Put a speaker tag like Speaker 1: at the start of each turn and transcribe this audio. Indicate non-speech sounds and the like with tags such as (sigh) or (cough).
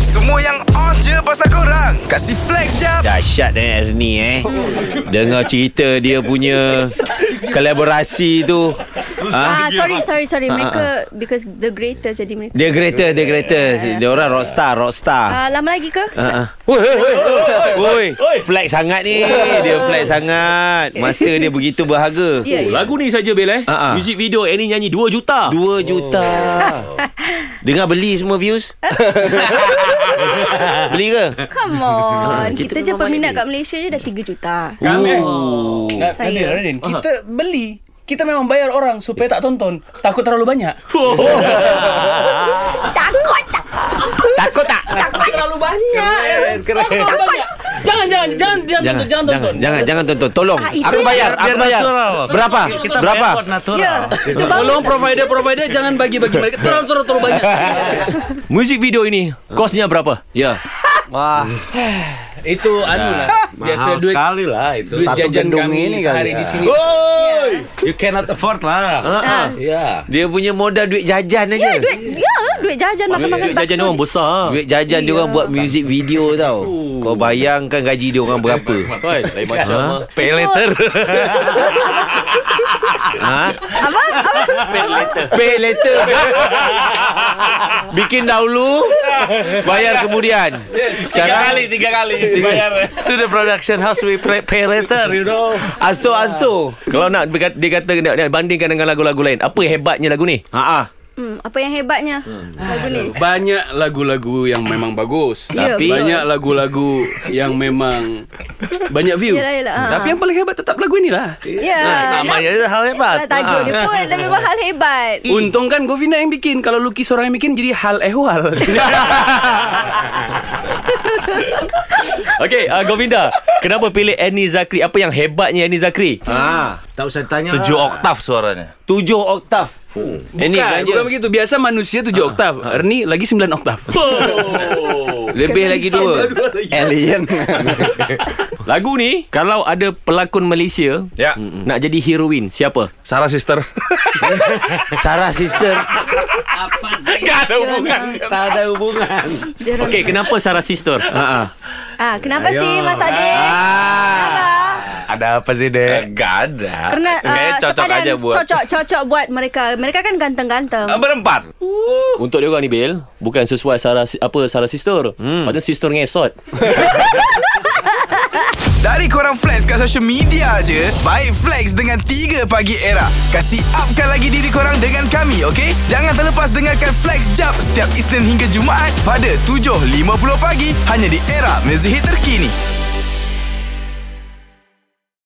Speaker 1: Semua yang on je pasal korang Kasih flex jap
Speaker 2: Dahsyat eh hari ni eh Dengar cerita dia punya Kolaborasi tu ha?
Speaker 3: Ah, sorry, sorry, sorry.
Speaker 2: Ah,
Speaker 3: Mereka because the greater jadi mereka.
Speaker 2: Dia greater Dia greater Dia orang rockstar Rockstar
Speaker 3: Ah, lama lagi ke?
Speaker 2: Ha, ha. Woi, woi, woi, woi, woi, flex sangat ni. Dia flex sangat. Masa dia begitu berharga.
Speaker 3: Ya,
Speaker 4: Oh,
Speaker 3: ya.
Speaker 4: lagu ni saja Bel
Speaker 2: Ha,
Speaker 4: eh.
Speaker 5: Ah,
Speaker 2: ha.
Speaker 4: Uh-huh. Music video Annie nyanyi 2 juta.
Speaker 2: 2 juta. Dengar beli semua
Speaker 3: (laughs)
Speaker 2: views. beli ke?
Speaker 3: Come on.
Speaker 2: kita
Speaker 3: Kita, je
Speaker 2: memang
Speaker 3: peminat
Speaker 2: baik.
Speaker 3: kat Malaysia je dah 3 juta.
Speaker 6: Kami
Speaker 2: Oh.
Speaker 3: Saya.
Speaker 6: Radin, Radin, kita beli kita memang bayar orang supaya tak tonton. Takut terlalu banyak.
Speaker 4: Oh.
Speaker 5: (laughs)
Speaker 3: Takut tak?
Speaker 2: Takut tak?
Speaker 6: Takut terlalu banyak. Keren, keren. Jangan, jangan, jangan, jangan,
Speaker 2: Jangan,
Speaker 6: tonton, jangan, tonton.
Speaker 2: jangan, jangan tonton. Tolong.
Speaker 3: Ah, itu
Speaker 2: aku
Speaker 3: yang-
Speaker 2: bayar, aku
Speaker 5: Biar
Speaker 2: bayar.
Speaker 5: natural.
Speaker 2: Berapa?
Speaker 5: Kita
Speaker 2: Berapa?
Speaker 5: bayar kot natural.
Speaker 3: Ya. Itu baru
Speaker 6: Tolong
Speaker 3: tak?
Speaker 6: provider-provider jangan bagi-bagi mereka terlalu terlalu, terlalu banyak.
Speaker 4: Music video ini
Speaker 5: Ah.
Speaker 4: kosnya berapa?
Speaker 2: Ya.
Speaker 5: Wah,
Speaker 6: (laughs) Itu anu lah. Biasa
Speaker 5: mahal
Speaker 6: duit
Speaker 5: sekali lah itu.
Speaker 6: duit
Speaker 2: Satu
Speaker 6: jajan
Speaker 2: gedung
Speaker 6: kami
Speaker 2: ini
Speaker 6: sehari
Speaker 2: kali.
Speaker 6: di sini.
Speaker 2: Oi!
Speaker 5: You cannot afford lah.
Speaker 3: Ah.
Speaker 5: Ya.
Speaker 2: Dia punya modal duit jajan aja.
Speaker 3: Ya, duit ya, duit jajan makan-makan
Speaker 4: Duit Jajan
Speaker 3: bakso
Speaker 4: orang
Speaker 3: ni.
Speaker 4: besar.
Speaker 2: Duit jajan dia orang
Speaker 3: Iya.
Speaker 2: buat music video tau. Kau bayangkan gaji dia orang berapa?
Speaker 4: Oi, lain macam.
Speaker 2: Ha?
Speaker 4: ah.
Speaker 5: Pay
Speaker 3: Itu- (laughs)
Speaker 5: later.
Speaker 2: Ha?
Speaker 3: Apa? Apa?
Speaker 2: Pay later. Ha? Bikin dahulu, bayar kemudian.
Speaker 5: Tiga
Speaker 2: Sekarang
Speaker 5: kali, tiga kali. Bayar. To the production house we play, pay later, you know.
Speaker 2: aso-aso.
Speaker 4: Kalau nak dia kata- dia kata nak, nak bandingkan dengan lagu-lagu lain, apa hebatnya lagu ni?
Speaker 2: Ha ah.
Speaker 3: Hmm, apa yang hebatnya lagu ni?
Speaker 6: Banyak lagu-lagu yang memang bagus.
Speaker 3: Ya,
Speaker 2: Tapi-
Speaker 3: betul.
Speaker 6: Banyak lah. lagu-lagu yang memang banyak view.
Speaker 3: Yelah, yelah, ah.
Speaker 6: Tapi yang paling hebat tetap lagu inilah.
Speaker 3: Ya.
Speaker 5: Nama dia tu Ah, hal hebat.
Speaker 3: Itulah tajuk dia pun Dah memang hal hebat
Speaker 6: Untung kan Govina yang bikin. Kalau Lucky seorang yang bikin jadi hal ehwal.
Speaker 4: (laughs) Okey, uh, Govinda, kenapa pilih Annie Zakri? Apa yang hebatnya Annie Zakri?
Speaker 2: Ha.
Speaker 5: Tak usah tanya. Tujuh oktav suaranya.
Speaker 2: Tujuh oktav. Ini
Speaker 6: Bukan,
Speaker 2: belanja.
Speaker 6: bukan begitu. Biasa manusia 7
Speaker 4: Ah,
Speaker 6: oktav. Ernie lagi 9 oktav.
Speaker 4: (laughs) Oh.
Speaker 2: Lebih lagi dua. Alien.
Speaker 4: Lagu ni kalau ada pelakon Malaysia
Speaker 5: Ya.
Speaker 4: nak jadi heroin, siapa?
Speaker 5: Sarah sister.
Speaker 2: Sarah sister.
Speaker 4: Gak
Speaker 3: Ya,
Speaker 4: ada hubungan.
Speaker 5: tak ada hubungan.
Speaker 3: Jarang.
Speaker 4: Okey, kenapa Sarah (laughs) Sister?
Speaker 2: Ha ah.
Speaker 3: ah, Kenapa
Speaker 5: Ayo.
Speaker 3: sih Mas Ade? Kenapa?
Speaker 5: Ada apa sih,
Speaker 6: Eh,
Speaker 5: Dek? Gak ada.
Speaker 3: Kerana uh,
Speaker 5: Kayaknya eh, cocok
Speaker 3: sepadan
Speaker 5: aja buat.
Speaker 3: cocok-cocok buat mereka Mereka kan ganteng-ganteng
Speaker 5: Eh, Berempat.
Speaker 4: Untuk dia orang ni Bil, bukan sesuai Sarah si- apa Sarah Sister. Hmm. Padahal sister ngesot.
Speaker 1: Dari korang flex kat social media je Baik flex dengan 3 pagi era Kasih upkan lagi diri korang dengan kami okay? Jangan terlepas dengarkan flex jap Setiap Isnin hingga Jumaat Pada 7.50 pagi Hanya di era mezihit terkini